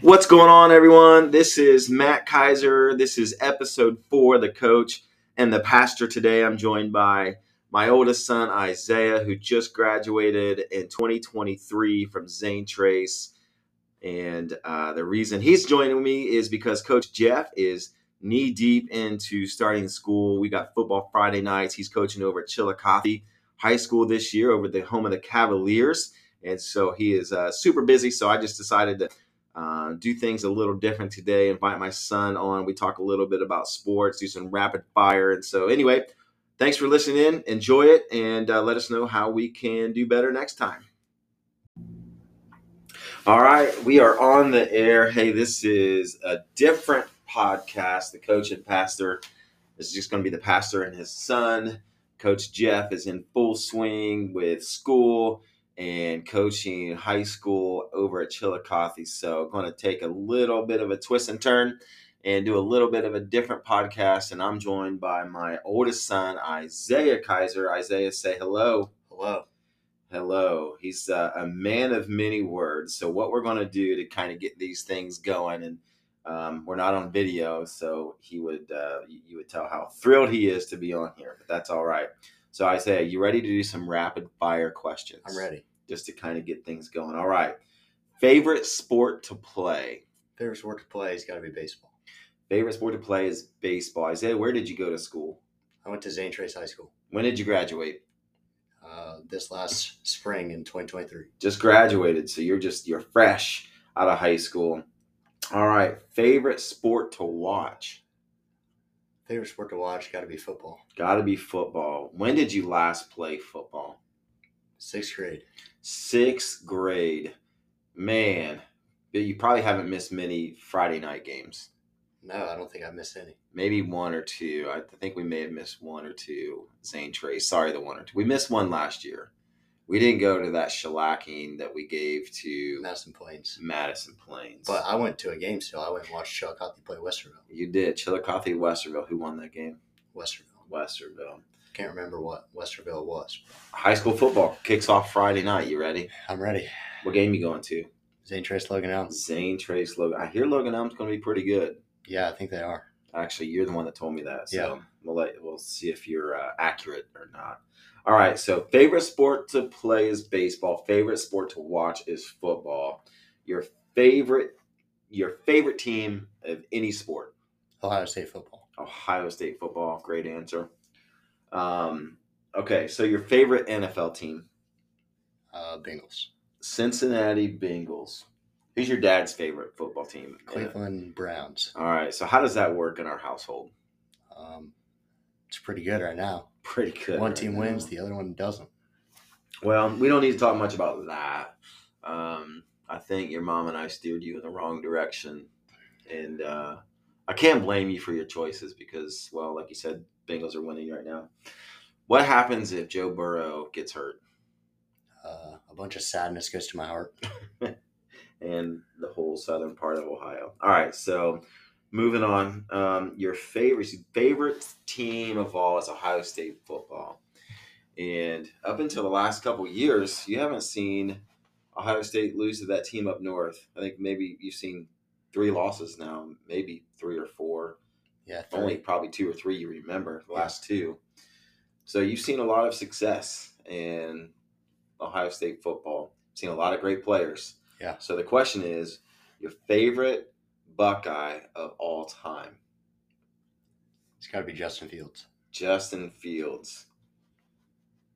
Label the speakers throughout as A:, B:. A: What's going on, everyone? This is Matt Kaiser. This is episode four, the coach and the pastor. Today, I'm joined by my oldest son, Isaiah, who just graduated in 2023 from Zane Trace. And uh, the reason he's joining me is because Coach Jeff is knee deep into starting school. We got football Friday nights. He's coaching over at Chillicothe High School this year, over the home of the Cavaliers. And so he is uh, super busy. So I just decided to uh, do things a little different today, invite my son on. We talk a little bit about sports, do some rapid fire. And so, anyway, thanks for listening in. Enjoy it and uh, let us know how we can do better next time. All right, we are on the air. Hey, this is a different podcast. The coach and pastor is just going to be the pastor and his son. Coach Jeff is in full swing with school and coaching high school over at Chillicothe. So, going to take a little bit of a twist and turn and do a little bit of a different podcast. And I'm joined by my oldest son, Isaiah Kaiser. Isaiah, say hello.
B: Hello.
A: Hello. He's uh, a man of many words. So, what we're going to do to kind of get these things going, and um, we're not on video, so he would uh, you you would tell how thrilled he is to be on here, but that's all right. So, Isaiah, you ready to do some rapid fire questions?
B: I'm ready.
A: Just to kind of get things going. All right. Favorite sport to play?
B: Favorite sport to play has got to be baseball.
A: Favorite sport to play is baseball. Isaiah, where did you go to school?
B: I went to Zane Trace High School
A: When did you graduate?
B: uh, this last spring in 2023.
A: Just graduated, so you're just you're fresh out of high school. All right. Favorite sport to watch?
B: Favorite sport to watch got to be football.
A: Got to be football. When did you last play football?
B: Sixth grade.
A: sixth grade, man, but you probably haven't missed many Friday night games.
B: No, I don't think I missed any.
A: Maybe one or two. I think we may have missed one or two. Zane Trey, sorry, the one or two. We missed one last year. We didn't go to that shellacking that we gave to
B: Madison Plains.
A: Madison Plains.
B: But I went to a game still. I went and watched Chillicothe play Westerville.
A: you did. Chillicothe, Westerville. Who won that game?
B: Westerville.
A: Westerville.
B: Can't remember what Westerville was.
A: High school football kicks off Friday night. You ready?
B: I'm ready.
A: What game you going to?
B: Zane Trace Logan Elms.
A: Zane Trace Logan. I hear Logan Elm's going to be pretty good.
B: Yeah, I think they are.
A: Actually, you're the one that told me that. So
B: Yeah.
A: we'll let we'll see if you're uh, accurate or not. All right. So favorite sport to play is baseball. Favorite sport to watch is football. Your favorite your favorite team of any sport.
B: Ohio State football.
A: Ohio State football. Great answer. Um, okay. So your favorite NFL team.
B: Uh, Bengals.
A: Cincinnati Bengals. Who's your dad's favorite football team?
B: Cleveland Browns.
A: All right. So how does that work in our household?
B: Um, it's pretty good right now.
A: Pretty good.
B: one
A: right
B: team
A: now.
B: wins, the other one doesn't.
A: Well, we don't need to talk much about that. Um, I think your mom and I steered you in the wrong direction, and uh, I can't blame you for your choices because, well, like you said, Bengals are winning right now. What happens if Joe Burrow gets hurt
B: Uh, a bunch of sadness goes to my heart.
A: and the whole southern part of Ohio? All right, so moving on. Um, your favorite favorite team of all is Ohio State football, and up until the last couple years, you haven't seen Ohio State lose to that team up north. I think maybe you've seen three losses now, maybe three or four.
B: Yeah, third.
A: Only probably two or three you remember, the last two. So you've seen a lot of success in Ohio State football. Seen a lot of great players.
B: Yeah.
A: So the question is, your favorite Buckeye of all time,
B: It's got to be Justin Fields.
A: Justin Fields.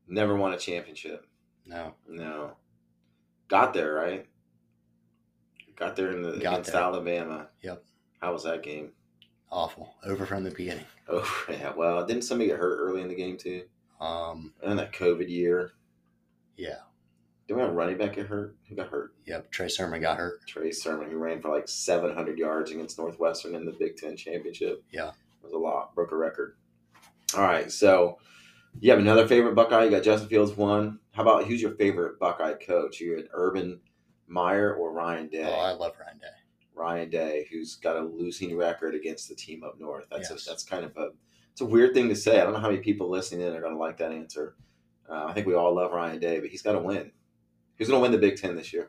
A: Never won a championship.
B: No,
A: No. Got there, right? Got there in the
B: Got
A: against
B: there.
A: Alabama.
B: Yep.
A: How was that game?
B: awful. Over from the beginning.
A: Oh yeah. Well, didn't somebody get hurt early in the game too?
B: Um,
A: And that COVID year.
B: yeah.
A: Did we have a running back get hurt? Who got hurt?
B: Yep. Trey Sermon got hurt.
A: Trey Sermon, who ran for like seven hundred yards against Northwestern in the Big Ten championship.
B: Yeah.
A: It was a lot. Broke a record. All right. So you have another favorite Buckeye. You got Justin Fields one. How about who's your favorite Buckeye coach? You an Urban Meyer or Ryan Day?
B: Oh, I love Ryan Day.
A: Ryan Day, who's got a losing record against the team up north. That's
B: Yes.
A: a, that's kind of a it's a weird thing to say. I don't know how many people listening in are going to like that answer. Uh, I think we all love Ryan Day, but he's got to win. Who's going to win the Big Ten this year?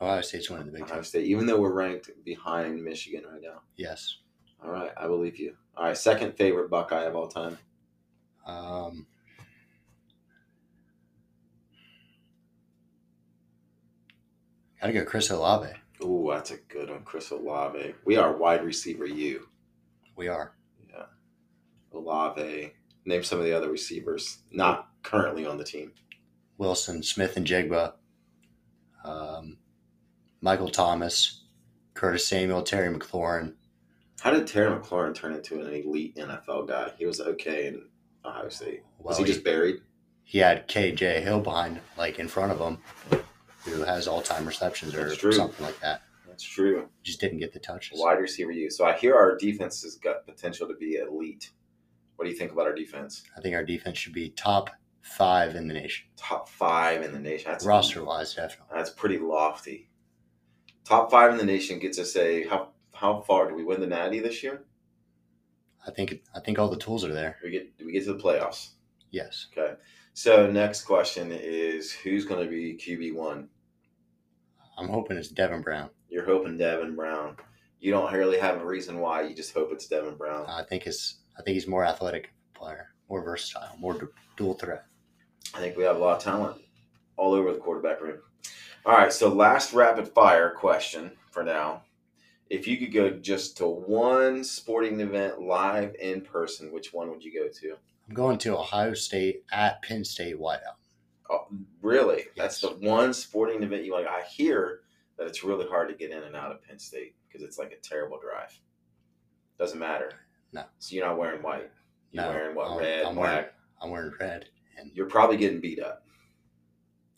B: Ohio State's winning the Big
A: Ohio
B: Ten.
A: State, even though we're ranked behind Michigan right now.
B: Yes.
A: All right, I believe you. All right, second favorite Buckeye of all time.
B: Um, gotta go Chris Olave.
A: Ooh, that's a good one, Chris Olave. We are wide receiver U.
B: We are.
A: Yeah, Olave. Name some of the other receivers not currently on the team.
B: Wilson, Smith, and Jigba, um, Michael Thomas, Curtis Samuel, Terry McLaurin.
A: How did Terry McLaurin turn into an elite NFL guy? He was okay in Ohio State. Was
B: Well,
A: he just buried?
B: he had KJ Hill behind, like in front of him, who has all time receptions or
A: That's true.
B: something like that.
A: That's true.
B: Just didn't get the touches.
A: Wide receiver U. So I hear our defense has got potential to be elite. What do you think about our defense?
B: I think our defense should be top five in the nation,
A: Top five in the nation. That's
B: roster wise, definitely.
A: That's pretty lofty. Top five in the nation gets us a how how far do we win the Natty this year?
B: I think I think all the tools are there.
A: We get do we get to the playoffs?
B: Yes,
A: Okay. So next question is who's going to be QB one?
B: I'm hoping it's Devin Brown.
A: You're hoping Devin Brown. You don't really have a reason why. You just hope it's Devin Brown.
B: I think it's I think he's more athletic player, more versatile, more du- dual threat.
A: I think we have a lot of talent all over the quarterback room. All right, so last rapid fire question for now. If you could go just to one sporting event live in person, which one would you go to?
B: I'm going to Ohio State at Penn State wideout.
A: Oh, really? That's
B: Yes.
A: the one sporting event you like. I hear that it's really hard to get in and out of Penn State because it's like a terrible drive. Doesn't matter.
B: No.
A: So you're not wearing white. You're
B: No,
A: wearing what?
B: I'm-
A: red,
B: I'm
A: black.
B: wearing- I'm wearing red, and
A: You're probably getting beat up.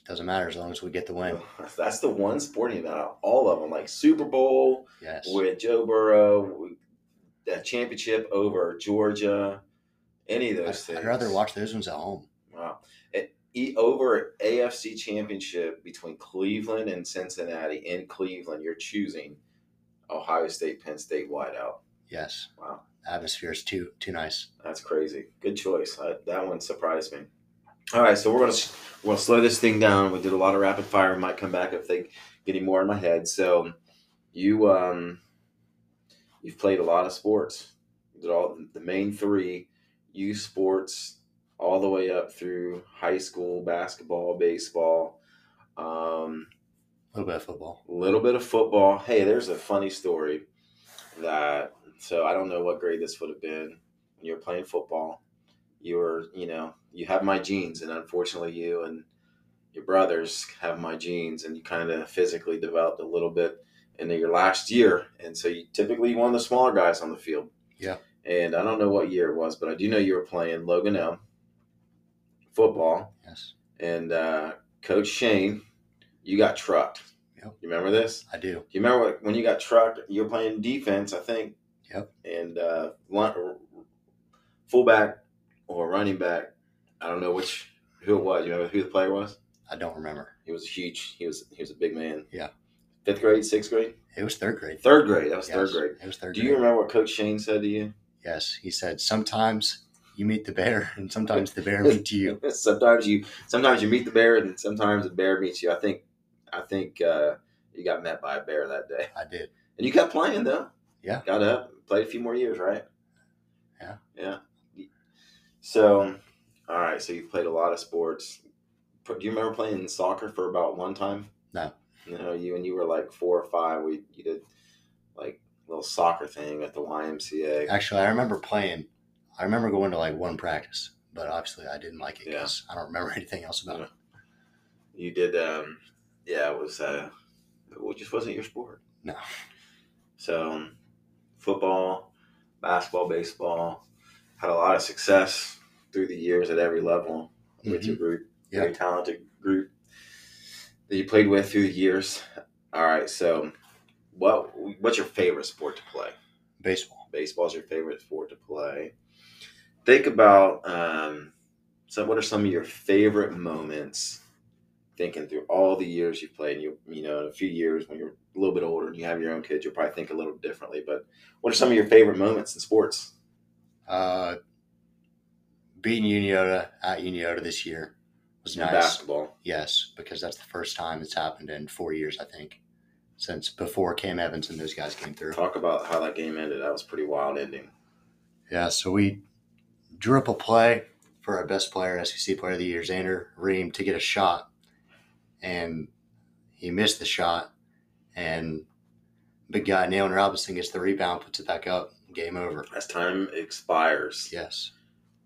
B: doesn't matter as long as we get the win.
A: That's the one sporting event out of all of them, like Super Bowl.
B: Yes,
A: with Joe Burrow, that championship over Georgia, any of those
B: I'd,
A: things.
B: I'd rather watch those ones at home.
A: Wow. It, e- over AFC championship between Cleveland and Cincinnati in Cleveland, you're choosing Ohio State, Penn State wideout.
B: Yes.
A: Wow.
B: The atmosphere is too too nice.
A: That's crazy. Good choice. I, that one surprised me. All right, so we're gonna s- we're gonna slow this thing down. We did a lot of rapid fire. Might come back if they get any more in my head. So you um you've played a lot of sports. You did all the main three youth sports all the way up through high school basketball, baseball. Um,
B: A little bit of football.
A: little bit of football. Hey, there's a funny story that so I don't know what grade this would have been when you were playing football. You were, you know, you have my genes, and unfortunately, you and your brothers have my genes, and you kind of physically developed a little bit into your last year, and so you typically you one of the smaller guys on the field.
B: Yeah.
A: And I don't know what year it was, but I do know you were playing Logan L. Football,
B: Yes,
A: and uh, Coach Shane, you got trucked.
B: Yep.
A: You remember this?
B: I do.
A: Do you remember what- when you got trucked? You were playing defense, I think.
B: Yep.
A: And uh, lun- fullback or running back, I don't know which who it was. You remember who the player was?
B: I don't remember.
A: He was huge. He was he was a big man.
B: Yeah.
A: Fifth grade, sixth grade,
B: It was third grade.
A: third grade. That was
B: Yes,
A: third grade.
B: It was third
A: Do
B: grade.
A: you remember what Coach Shane said to you?
B: Yes, he said sometimes you meet the bear and sometimes the bear meets you.
A: sometimes you sometimes you meet the bear, and sometimes the bear meets you. I think I think uh, you got met by a bear that day.
B: I did.
A: And you kept playing though.
B: Yeah.
A: Got up, played a few more years, right?
B: Yeah.
A: Yeah. So, all right. So you've played a lot of sports. Do you remember playing soccer for about one time?
B: No.
A: No, you and you were like four or five. We you did like a little soccer thing at the YMCA.
B: Actually, I remember playing. I remember going to like one practice, but obviously I didn't like it
A: Yeah.
B: because I don't remember anything else about
A: Yeah.
B: it.
A: You did. um Yeah, it was. uh Well, it just wasn't your sport.
B: No.
A: So, um, football, basketball, baseball, had a lot of success through the years at every level
B: Mm-hmm.
A: with your group.
B: Yeah.
A: Very talented group that you played with through the years. All right, so what what's your favorite sport to play?
B: Baseball.
A: Baseball's your favorite sport to play. Think about um, so what are some of your favorite moments? Thinking through all the years you've played, and you you know, in a few years when you're a little bit older and you have your own kids, you'll probably think a little differently. But what are some of your favorite moments in sports?
B: Uh, beating Uniota at Uniota this year was
A: in
B: nice.
A: Basketball.
B: Yes, because that's the first time it's happened in four years, I think. since before Cam Evans and those guys came through.
A: Talk about how that game ended. That was a pretty wild ending.
B: Yeah, so we drew up a play for our best player, SEC player of the year, Xander Ream, to get a shot. And he missed the shot. And big guy, Nalen Robinson, gets the rebound, puts it back up. Game over.
A: As time expires,
B: Yes.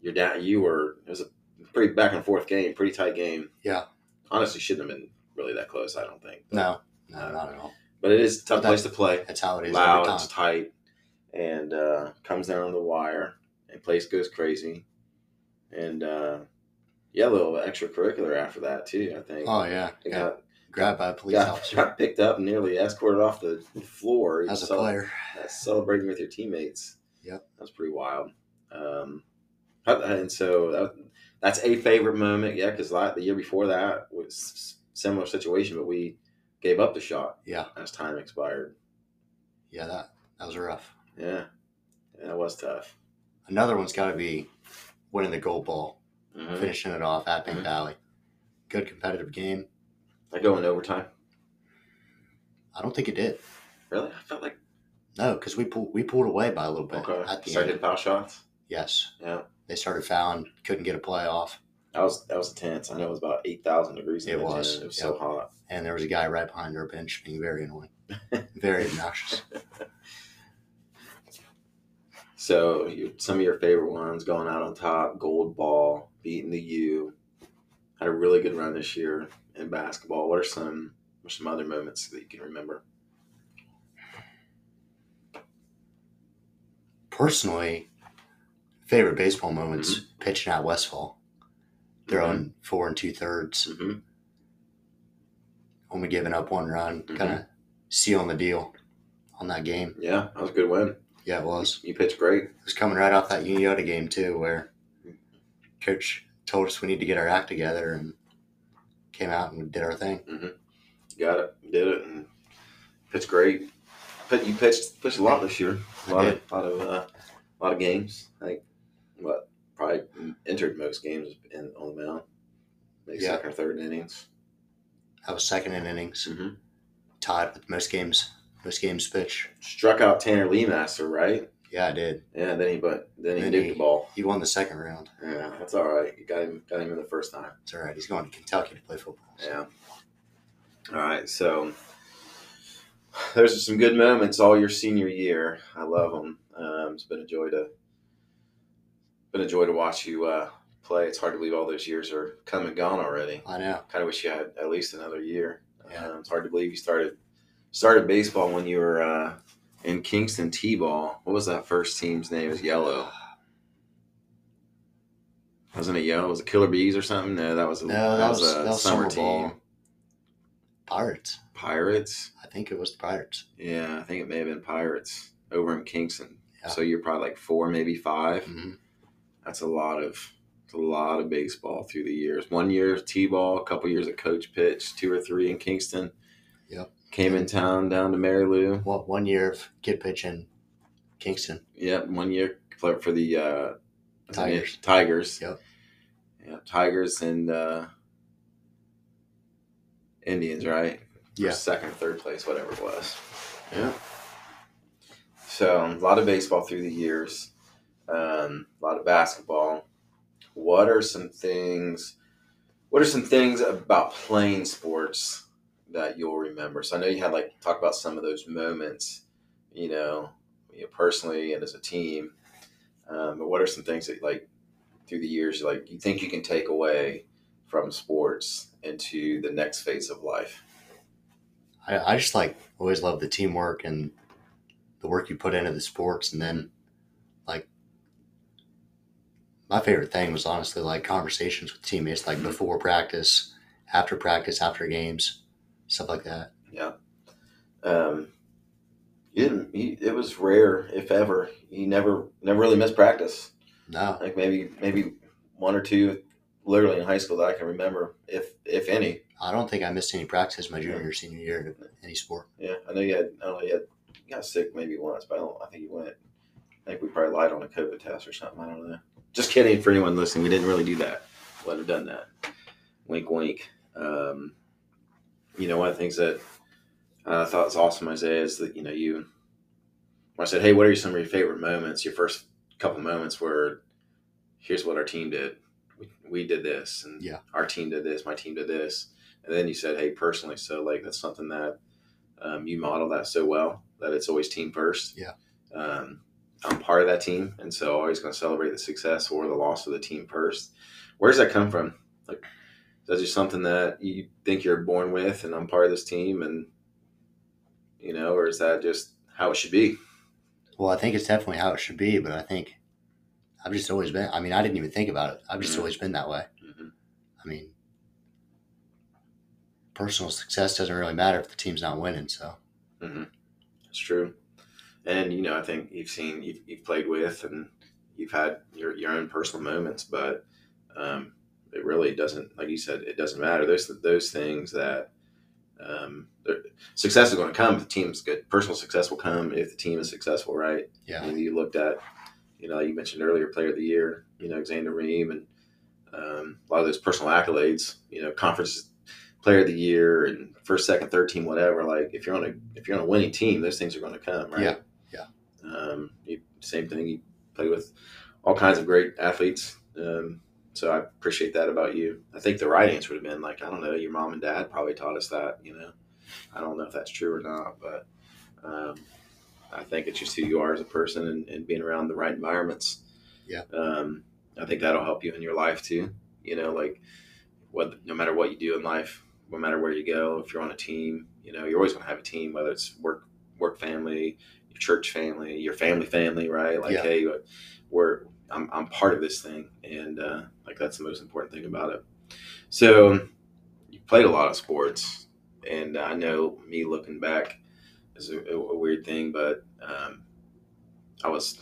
A: you're down. You were. It was a pretty back and forth game. Pretty tight game.
B: Yeah.
A: Honestly, shouldn't have been really that close. I don't think.
B: No, no, not at all.
A: But it is a tough
B: That-
A: place to play.
B: That's how it is
A: loud,
B: every time.
A: it's tight, and uh, comes down on the wire, and place goes crazy, and uh, yeah, a little extracurricular after that too. I think
B: Oh, yeah.
A: They
B: Got
A: got,
B: grabbed by a police
A: got,
B: officer
A: got picked up and nearly escorted off the floor.
B: as a
A: So-
B: player.
A: that's uh, celebrating with your teammates.
B: Yep.
A: that's pretty wild. Um, and so that, that's a favorite moment, yeah, because the year before that was similar situation, but we gave up the shot
B: Yeah.
A: as time expired.
B: Yeah, that, that was rough.
A: Yeah, yeah that was tough.
B: Another one's got to be winning the gold ball,
A: Mhm.
B: finishing it off at Pink
A: Mhm.
B: Valley. Good competitive game.
A: I go in overtime.
B: I don't think it did.
A: Really, I felt like
B: No, because we pulled we pulled away by a little bit at
A: okay.
B: the
A: Started
B: end.
A: foul shots.
B: Yes,
A: Yeah,
B: they started fouling, couldn't get a playoff,
A: that was that was intense. I know it was about eight thousand degrees. in
B: It
A: that gym.
B: was,
A: It was
B: yeah.
A: so hot.
B: and there was a guy right behind our bench being very annoying, very obnoxious.
A: So you, some of your favorite ones going out on top, gold ball, beating the U. Had a really good run this year in basketball. What are some what are some other moments that you can remember?
B: Personally, favorite baseball moments
A: Mm-hmm.
B: pitching at Westfall, throwing four and two thirds,
A: Mhm.
B: only giving up one run,
A: Mhm.
B: kind of sealing the deal on that game.
A: Yeah, that was a good win.
B: Yeah, it was.
A: You pitched great.
B: It was coming right off that Uniota game too, where coach told us we need to get our act together and came out and did our thing.
A: You got it. Did it and pitched great. But you pitched pitched a lot this year. A
B: I
A: lot of lot of uh, a lot of games. Like what probably entered most games in on the mound. Maybe
B: Yeah.
A: second or third innings.
B: I was second in innings,
A: Mm-hmm.
B: tied with most games, most games pitch.
A: Struck out Tanner Leemaster, right?
B: Yeah, I did.
A: Yeah, then he but then he
B: Then
A: nuked
B: he-
A: the ball.
B: He won the second round.
A: Yeah, that's all right. You got him got him in the first time.
B: It's all right. He's going to Kentucky to play football. so.
A: Yeah. All right, so those are some good moments all your senior year. I love them. Um, it's been a joy to been a joy to watch you uh, play. It's hard to believe all those years are come and gone already.
B: I know.
A: Kind of wish you had at least another year.
B: Yeah.
A: Um, it's hard to believe you started started baseball when you were uh, in Kingston T-ball. What was that first team's name? It was Yellow. Wasn't it yellow? Was it Killer Bees or something? No, that was a,
B: No, that was, that was summer, ball.
A: team.
B: Pirates.
A: Pirates.
B: I think it was the Pirates.
A: Yeah, I think it may have been Pirates over in Kingston.
B: Yeah.
A: So you're probably like four, maybe five.
B: hmm
A: That's a lot of it's a lot of baseball through the years. One year of T-ball, a couple years of coach pitch, two or three in Kingston.
B: Yep.
A: Came in town down to Marylew.
B: Well, one year of kid pitching, Kingston.
A: Yep, one year play for the uh,
B: Tigers.
A: Tigers.
B: Yep.
A: Yep, Tigers and uh, Indians, right? For
B: Yeah.
A: Second, third place, whatever it was. Yeah. So a lot of baseball through the years, um, a lot of basketball. What are some things? What are some things about playing sports that you'll remember? So I know you had like talk about some of those moments, you know, you know, personally and as a team. Um, but what are some things that like through the years, like you think you can take away from sports into the next phase of life?
B: I, I just like always love the teamwork and the work you put into the sports and then like my favorite thing was honestly like conversations with teammates like before practice after practice after games stuff like that
A: Um, you didn't. You, it was rare, if ever. You never, never really missed practice.
B: no
A: Like maybe, maybe one or two, literally in high school that I can remember, if if any.
B: i don't think i missed any practice my junior or senior year of any sport
A: Yeah, I know you had. I don't know you had. You got sick maybe once, but I don't. I think you went. I think we probably lied on a COVID test or something. I don't know. Just kidding. For anyone listening, we didn't really do that. Would have done that. Wink, wink. Um, you know, one of the things that Uh, I thought it was awesome, Isaiah, is that, you know, you, when I said, hey, what are some of your favorite moments? Your first couple moments were, here's what our team did. We, we did this, and
B: Yeah.
A: our team did this, my team did this. And then you said, hey, personally. So, like, that's something that um, you model that so well that it's always team first.
B: Yeah.
A: Um, I'm part of that team. And so, always going to celebrate the success or the loss of the team first. Where does that come from? Like, that's just something that you think you're born with, and I'm part of this team, and you know, or is that just how it should be?
B: Well, I think it's definitely how it should be, but I think I've just always been. I mean, I didn't even think about it. I've just
A: Mhm.
B: always been that way. I mean, personal success doesn't really matter if the team's not winning. So
A: It's true. And you know, I think you've seen you've, you've played with, and you've had your your own personal moments, but um, it really doesn't, like you said, it doesn't matter. Those those things that um, they're- success is going to come if the team's good. Personal success will come if the team is successful, right?
B: yeah,
A: You, know, you looked at, you know, you mentioned earlier, player of the year, you know, Xander Ream, and um, a lot of those personal accolades, you know, conference player of the year and first, second, third team, whatever. Like if you're on a if you're on a winning team, those things are going to come, right?
B: Yeah, yeah.
A: Um, you, same thing. You play with all kinds of great athletes. Um, so I appreciate that about you. I think the right answer would have been like, I don't know, your mom and dad probably taught us that, you know. I don't know if that's true or not, but um, I think it's just who you are as a person and, and being around the right environments.
B: Yeah.
A: Um, I think that'll help you in your life too. You know, like what no matter what you do in life, no matter where you go, if you're on a team, you know, you're always gonna have a team, whether it's work work family, your church family, your family family, right? Like,
B: Yeah.
A: hey, uh, we're I'm I'm part of this thing and uh, like that's the most important thing about it. So you played a lot of sports and I know me looking back is a, a a weird thing, but um, I was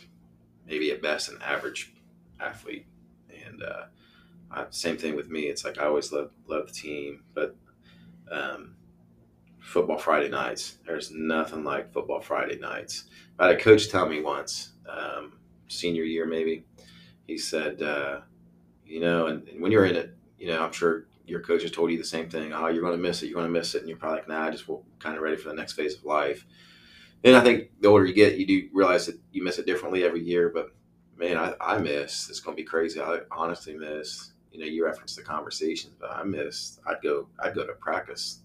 A: maybe at best an average athlete, and uh, I, same thing with me. It's like I always love love the team, but um, football Friday nights. There's nothing like football Friday nights. I had a coach tell me once, um, senior year maybe, he said, uh, you know, and, and when you're in it, you know, I'm sure your coach has told you the same thing. Oh, you're going to miss it. You're going to miss it, and you're probably like, nah, I just kind of ready for the next phase of life. And I think the older you get, you do realize that you miss it differently every year. But man, I, I miss. It's going to be crazy. I honestly miss. You know, you referenced the conversations, but I miss. I'd go. I'd go to practice,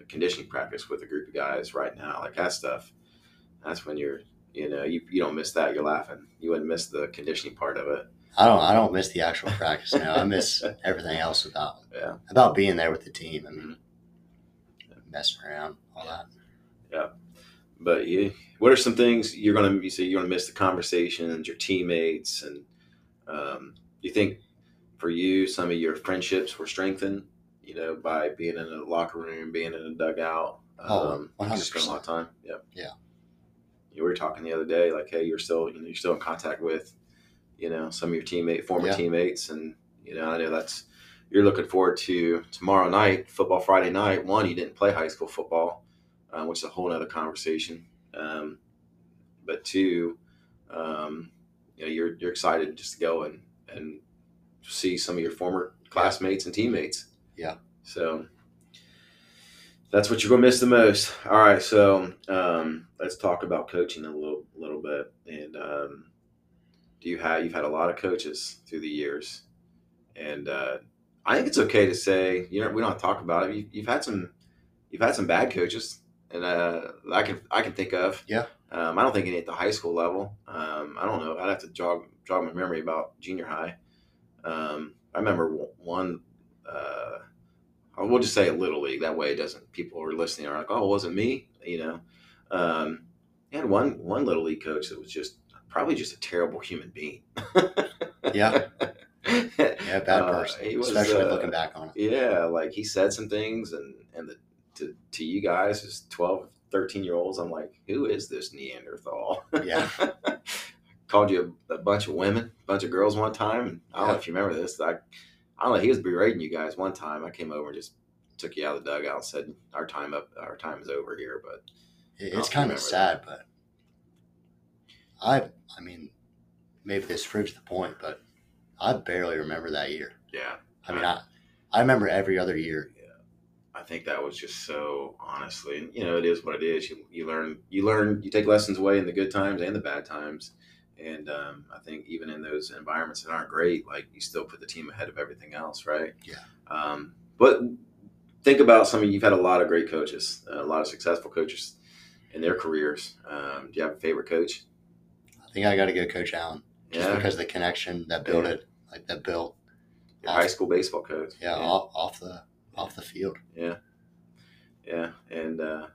A: a conditioning practice with a group of guys right now. Like that stuff. That's when you're. You know, you, you don't miss that. You're laughing. You wouldn't miss the conditioning part of it.
B: I don't. I don't miss the actual practice now. I miss everything else about
A: Yeah. Mm-hmm.
B: about being there with the team. I mean, messing around, all that.
A: But yeah, what are some things you're gonna you say you're gonna miss the conversations, your teammates, and um, you think for you some of your friendships were strengthened, you know, by being in a locker room, being in a dugout.
B: Oh,
A: Um, you Spent a lot of time. Yeah.
B: Yeah.
A: You were talking the other day, like, hey, you're still you know you're still in contact with, you know, some of your teammate former
B: Yeah.
A: teammates, and you know I know that's you're looking forward to tomorrow night, football Friday night. One, you didn't play high school football, uh, which is a whole other conversation. Um, but two, um, you know, you're you're excited just to go and and see some of your former classmates and teammates.
B: Yeah.
A: So that's what you're gonna miss the most. All right, so um, let's talk about coaching a little little bit. And um, do you have you've had a lot of coaches through the years, and uh, I think it's okay to say you know we don't talk about it. You, you've had some you've had some bad coaches, and uh, that I can I can think of.
B: Yeah.
A: Um, I don't think any at the high school level. Um, I don't know. I'd have to jog jog my memory about junior high. Um, I remember w- one. Uh, I will just say a little league. That way, it doesn't people who are listening are like, "Oh, it wasn't me," you know. Um, I had one one little league coach that was just probably just a terrible human being.
B: Yeah, yeah, bad
A: Uh, he
B: person.
A: was,
B: Especially
A: uh,
B: looking back on it.
A: yeah, like he said some things, and and the, to to you guys as 12, 13 year olds, I'm like, who is this Neanderthal?
B: Yeah.
A: Called you a, a bunch of women, a bunch of girls one time, and I don't know
B: Yeah.
A: if you remember this. I, I don't know. He was berating you guys one time. I came over and just took you out of the dugout and said, "Our time up. Our time is over here." But
B: It-
A: don't
B: It's kind of
A: remember
B: sad, but I. I mean, maybe this proves the point, but I barely remember that year.
A: yeah,
B: I mean, I I remember every other year.
A: I think that was just so honestly, and, you know, it is what it is. You, you learn, you learn, you take lessons away in the good times and the bad times. And um, I think even in those environments that aren't great, like you still put the team ahead of everything else, right?
B: Yeah.
A: Um, but think about some of you've had a lot of great coaches, a lot of successful coaches in their careers. Um, do you have a favorite coach?
B: I think I got to go Coach Allen just
A: Yeah,
B: because of the connection that built
A: Yeah.
B: it, like that built.
A: your high school baseball coach.
B: Yeah, Off, off the off the field.
A: yeah, and uh,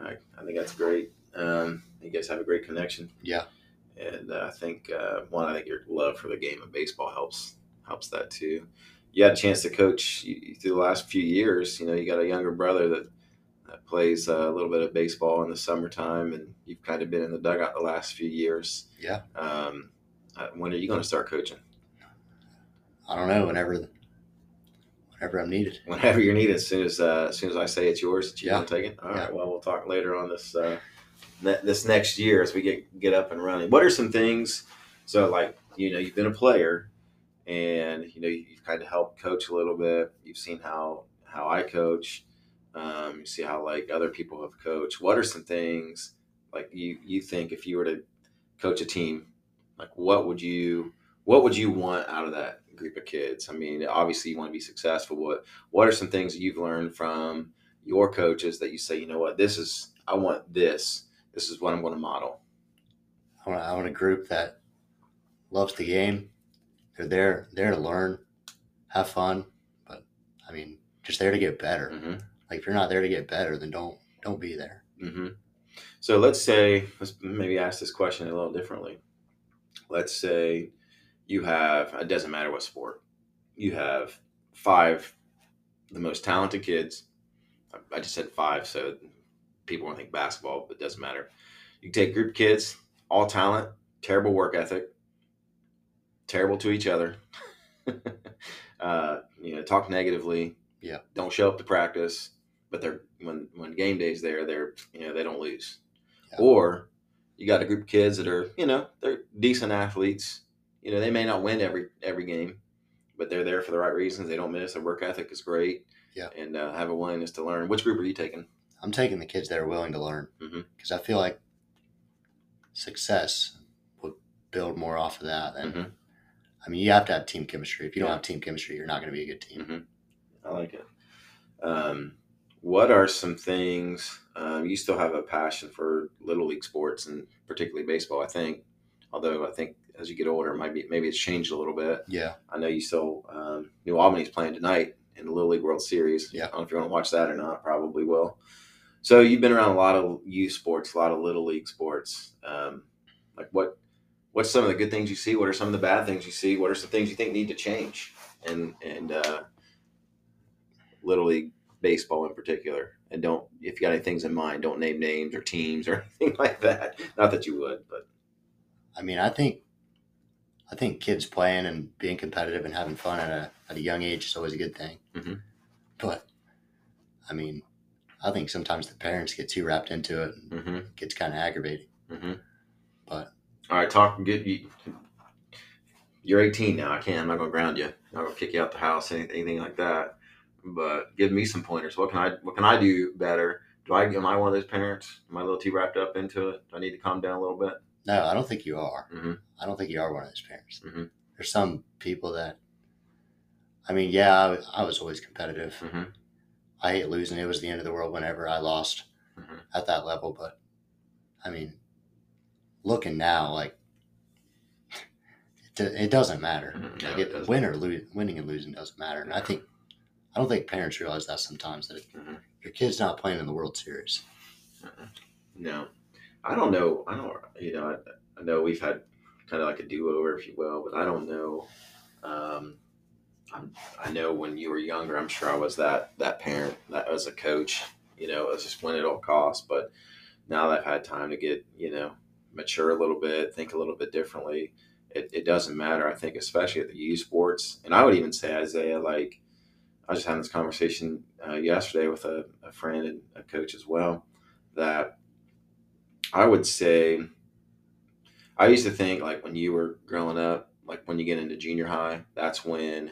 A: I, I think that's great. Um, you guys have a great connection.
B: Yeah.
A: and uh, I think uh, one, I think your love for the game of baseball helps helps that too. You had a chance to coach you, you- through the last few years. You know, you got a younger brother that that plays uh, a little bit of baseball in the summertime, and you've kind of been in the dugout the last few years.
B: Yeah.
A: Um, uh, when are you going to start coaching?
B: I don't know. Whenever, whenever I'm needed.
A: whenever you're needed. As soon as uh, as soon as I say it's yours, it's you
B: Yeah.
A: gonna take it. All right.
B: Yeah.
A: Well, we'll talk later on this uh, ne- this next year as we get get up and running. What are some things? So, like you know, you've been a player, and you know you've kind of helped coach a little bit. You've seen how how I coach. Um, you see how like other people have coached. What are some things like you you think if you were to coach a team, like what would you what would you want out of that group of kids? I mean, obviously you want to be successful, but what are some things that you've learned from your coaches that you say, you know what, this is I want this. This is what I'm going to model.
B: I want, I want a group that loves the game. They're there, there to learn, have fun, but I mean, just there to get better.
A: Mm-hmm.
B: Like if you're not there to get better, then don't don't be there.
A: Mm-hmm. So let's say let's maybe ask this question a little differently. Let's say you have it doesn't matter what sport you have five the most talented kids. I- I just said five, so people won't think basketball, but it doesn't matter. You take group of kids, all talent, terrible work ethic, terrible to each other. uh, you know, talk negatively.
B: Yeah.
A: Don't show up to practice, but they're when when game day's there, they're you know they don't lose.
B: Yeah.
A: Or you got a group of kids that are you know they're decent athletes. You know they may not win every every game, but they're there for the right reasons. They don't miss. Their work ethic is great.
B: Yeah.
A: And uh, have a willingness to learn. Which group are you taking?
B: I'm taking the kids that are willing to learn because
A: Mhm.
B: I feel like success would build more off of that. And
A: Mhm.
B: I mean, you have to have team chemistry. If you don't
A: Yeah.
B: have team chemistry, you're not going to be a good team.
A: I like it. Um, what are some things um, you still have a passion for little league sports and particularly baseball? I think, although I think as you get older, it might be maybe it's changed a little bit.
B: Yeah,
A: I know you still um, New Albany's playing tonight in the Little League World Series. I
B: Yeah.
A: don't know if you want to watch that or not. Probably will. So you've been around a lot of youth sports, a lot of little league sports. Um, like what? What's some of the good things you see? What are some of the bad things you see? What are some things you think need to change? And and uh, little league baseball in particular. And don't if you got any things in mind, don't name names or teams or anything like that. Not that you would, but
B: I mean, I think I think kids playing and being competitive and having fun at a at a young age is always a good thing.
A: Mhm.
B: But I mean, I think sometimes the parents get too wrapped into it and
A: mm-hmm.
B: it gets kind of aggravating.
A: Mm-hmm.
B: But-
A: all right, talk. Get you. You're 18 now. I can't. I'm not gonna ground you. I'm not gonna kick you out the house. Anything, anything like that. But give me some pointers. What can I? What can I do better? Do I? Am I one of those parents? Am I a little too wrapped up into it? Do I need to calm down a little bit?
B: No, I don't think you are.
A: Mhm.
B: I don't think you are one of those parents.
A: Mhm.
B: There's some people that, I mean, yeah, I, wa- I was always competitive.
A: Mm-hmm.
B: I hate losing. It was the end of the world whenever I lost
A: Mhm.
B: at that level. But I mean, looking now, like it, do- it doesn't matter.
A: Mhm. No,
B: Like
A: it
B: it,
A: doesn't.
B: win or lose, winning and losing doesn't matter. And I think I don't think parents realize that sometimes that if
A: Mhm.
B: your kid's not playing in the World Series,
A: No, I don't know. I don't. You know. I, I know we've had kind of like a do over, if you will, but I don't know. Um, I'm, I know when you were younger, I'm sure I was that that parent that was a coach. You know, it was just win at all costs. But now that I've had time to get you know mature a little bit, think a little bit differently, it, it doesn't matter. I think especially at the U sports, and I would even say Isaiah like. I was just having this conversation uh, yesterday with a, a friend and a coach as well that I would say I used to think like when you were growing up, like when you get into junior high, that's when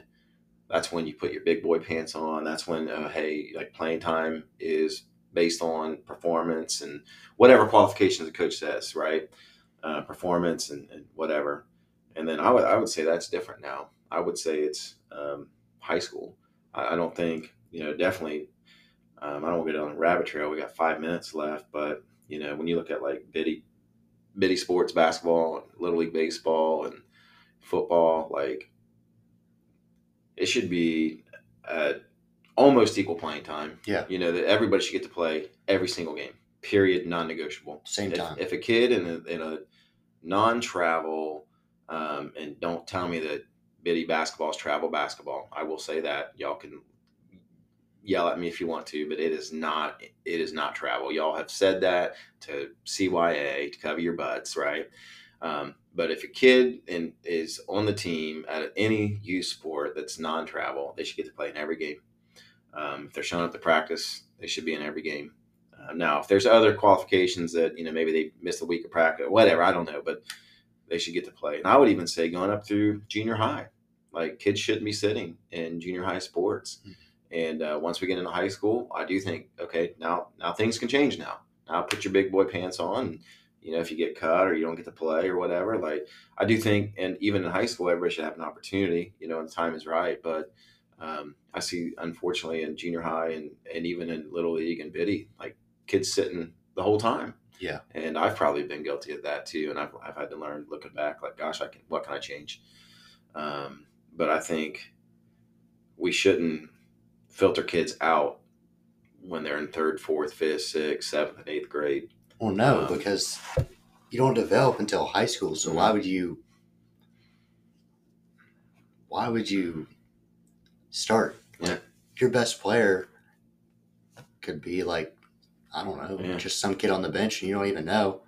A: that's when you put your big boy pants on. That's when, uh, hey, like playing time is based on performance and whatever qualifications the coach says, right? Uh, performance and, and whatever. And then I would I would say that's different now. I would say it's um, high school. I, I don't think you know definitely. Um, I don't want to go down the rabbit trail. We got five minutes left, but you know when you look at like biddy biddy sports basketball and little league baseball and football, like it should be uh, almost equal playing time.
B: Yeah.
A: You know that everybody should get to play every single game. Period. Non-negotiable.
B: Same
A: If-
B: time.
A: If, a kid in a, in a non-travel, um, and don't tell me that biddy basketball is travel basketball. I will say that y'all can yell at me if you want to, but it is not. It is not travel. Y'all have said that to CYA to cover your butts, right? Um, but if a kid in, is on the team at any youth sport that's non-travel, they should get to play in every game. Um, if they're showing up to practice, they should be in every game. Uh, now, if there's other qualifications that you know maybe they missed a week of practice, whatever, I don't know, but they should get to play. And I would even say going up through junior high, like kids shouldn't be sitting in junior high sports. And uh, once we get into high school, I do think okay, now now things can change. Now, now put your big boy pants on. And, you know, if you get cut or you don't get to play or whatever, like I do think, and even in high school, everybody should have an opportunity. You know, and the time is right, but um, I see, unfortunately, in junior high and, and even in little league and biddy, like kids sitting the whole time.
B: Yeah.
A: And I've probably been guilty of that too. And I've, I've had to learn looking back, like, gosh, I can, what can I change? Um, but I think we shouldn't filter kids out when they're in third, fourth, fifth, sixth, seventh, and eighth grade.
B: Well, no,
A: Um,
B: because you don't develop until high school. So
A: Mm-hmm.
B: why would you? Why would you start? Like,
A: Yeah.
B: Your best player could be like, I don't know,
A: Yeah.
B: just some kid on the bench, and you don't even know,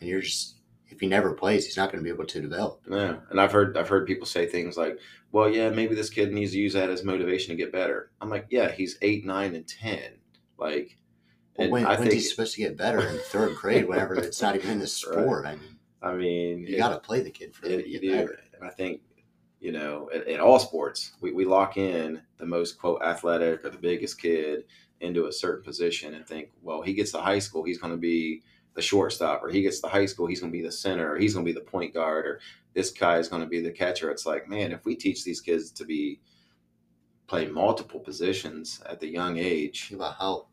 B: and you're just if he never plays, he's not going to be able to develop.
A: Yeah, and I've heard I've heard people say things like, "Well, yeah, maybe this kid needs to use that as motivation to get better." I'm like, "Yeah, he's eight, nine, and ten. Like,
B: Well,
A: and
B: when
A: I
B: when's
A: think
B: he supposed to get better in third grade? Whenever it's not even in the sport. I mean,
A: I mean,
B: you
A: it-
B: got to play the kid for
A: it-
B: him to
A: you
B: get
A: do.
B: better.
A: And I think you know, in, in all sports, we, we lock in the most quote athletic or the biggest kid into a certain position and think, well, he gets to high school, he's going to be the shortstop, or he gets to high school, he's going to be the center, or he's going to be the point guard, or this guy is going to be the catcher. It's like, man, if we teach these kids to be play multiple positions at the young age,
B: Think about how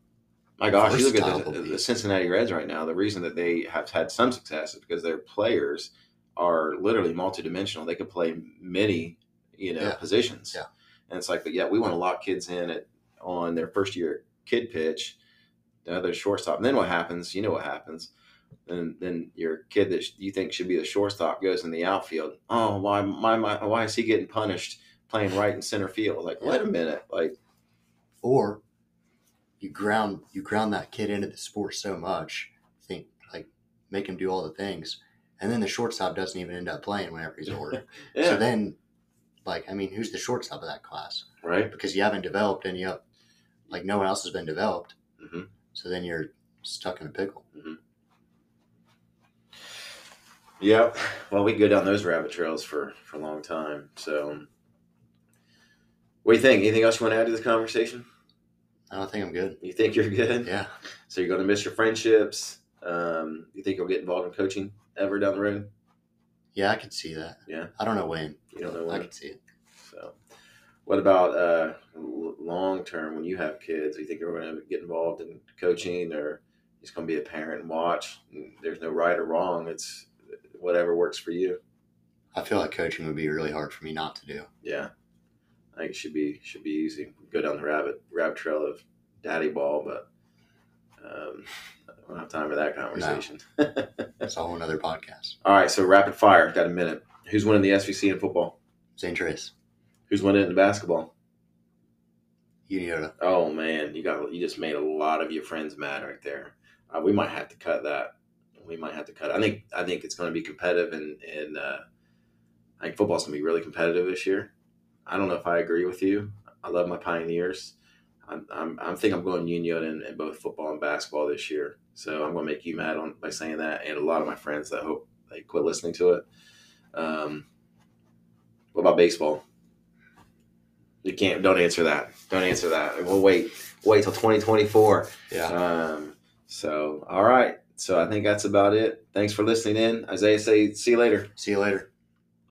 A: my gosh, you look at
B: Versatile
A: the,
B: will be.
A: the Cincinnati Reds right now. The reason that they have had some success is because their players are literally multidimensional. They could play many, you know,
B: Yeah.
A: positions.
B: Yeah.
A: And it's like, but yeah, we want to lock kids in at, on their first year kid pitch, the other shortstop. And then what happens? You know what happens. And then your kid that sh- you think should be the shortstop goes in the outfield. Oh, why, my, my, why is he getting punished playing right in center field? Like, wait a minute, like,
B: or you ground you ground that kid into the sport so much, think like make him do all the things, and then the shortstop doesn't even end up playing whenever he's older.
A: yeah,
B: So then, like I mean, who's the shortstop of that class?
A: right.
B: Because you haven't developed any up, like no one else has been developed.
A: hmm
B: So then you're stuck in a pickle.
A: Yep. Well, we can go down those rabbit trails for for a long time. So, what do you think? Anything else you want to add to this conversation?
B: I don't think I'm good.
A: You think you're good?
B: Yeah,
A: So you're going to miss your friendships. Um, you think you'll get involved in coaching ever down the road?
B: yeah, I could see that.
A: Yeah.
B: I don't know when.
A: You don't know
B: I
A: when.
B: could see it.
A: So, what about uh, l- long term when you have kids? Do you think you're going to get involved in coaching, or just going to be a parent and watch? There's no right or wrong. It's whatever works for you.
B: I feel like coaching would be really hard for me not to do.
A: Yeah, I think it should be should be easy. Go down the rabbit rabbit trail of daddy ball, but um, I don't have time for that conversation.
B: That's a whole another podcast.
A: All right, so rapid fire. Got a minute? Who's winning the SVC in football?
B: St. Trace,
A: Who's winning it in basketball?
B: Uniola.
A: Oh man, you got you just made a lot of your friends mad right there. Uh, we might have to cut that. We might have to cut. It. I think I think it's going to be competitive, and and uh, I think football's going to be really competitive this year. I don't know if I agree with you. I love my Pioneers. I'm I'm I think I'm going Union in, in both football and basketball this year. So I'm going to make you mad on by saying that, and a lot of my friends that hope they quit listening to it. Um, what about baseball? You can't. Don't answer that. Don't answer that. We'll wait. Wait till 2024.
B: Yeah.
A: Um, so all right. So I think that's about it. Thanks for listening in. Isaiah, say see you later.
B: See you later.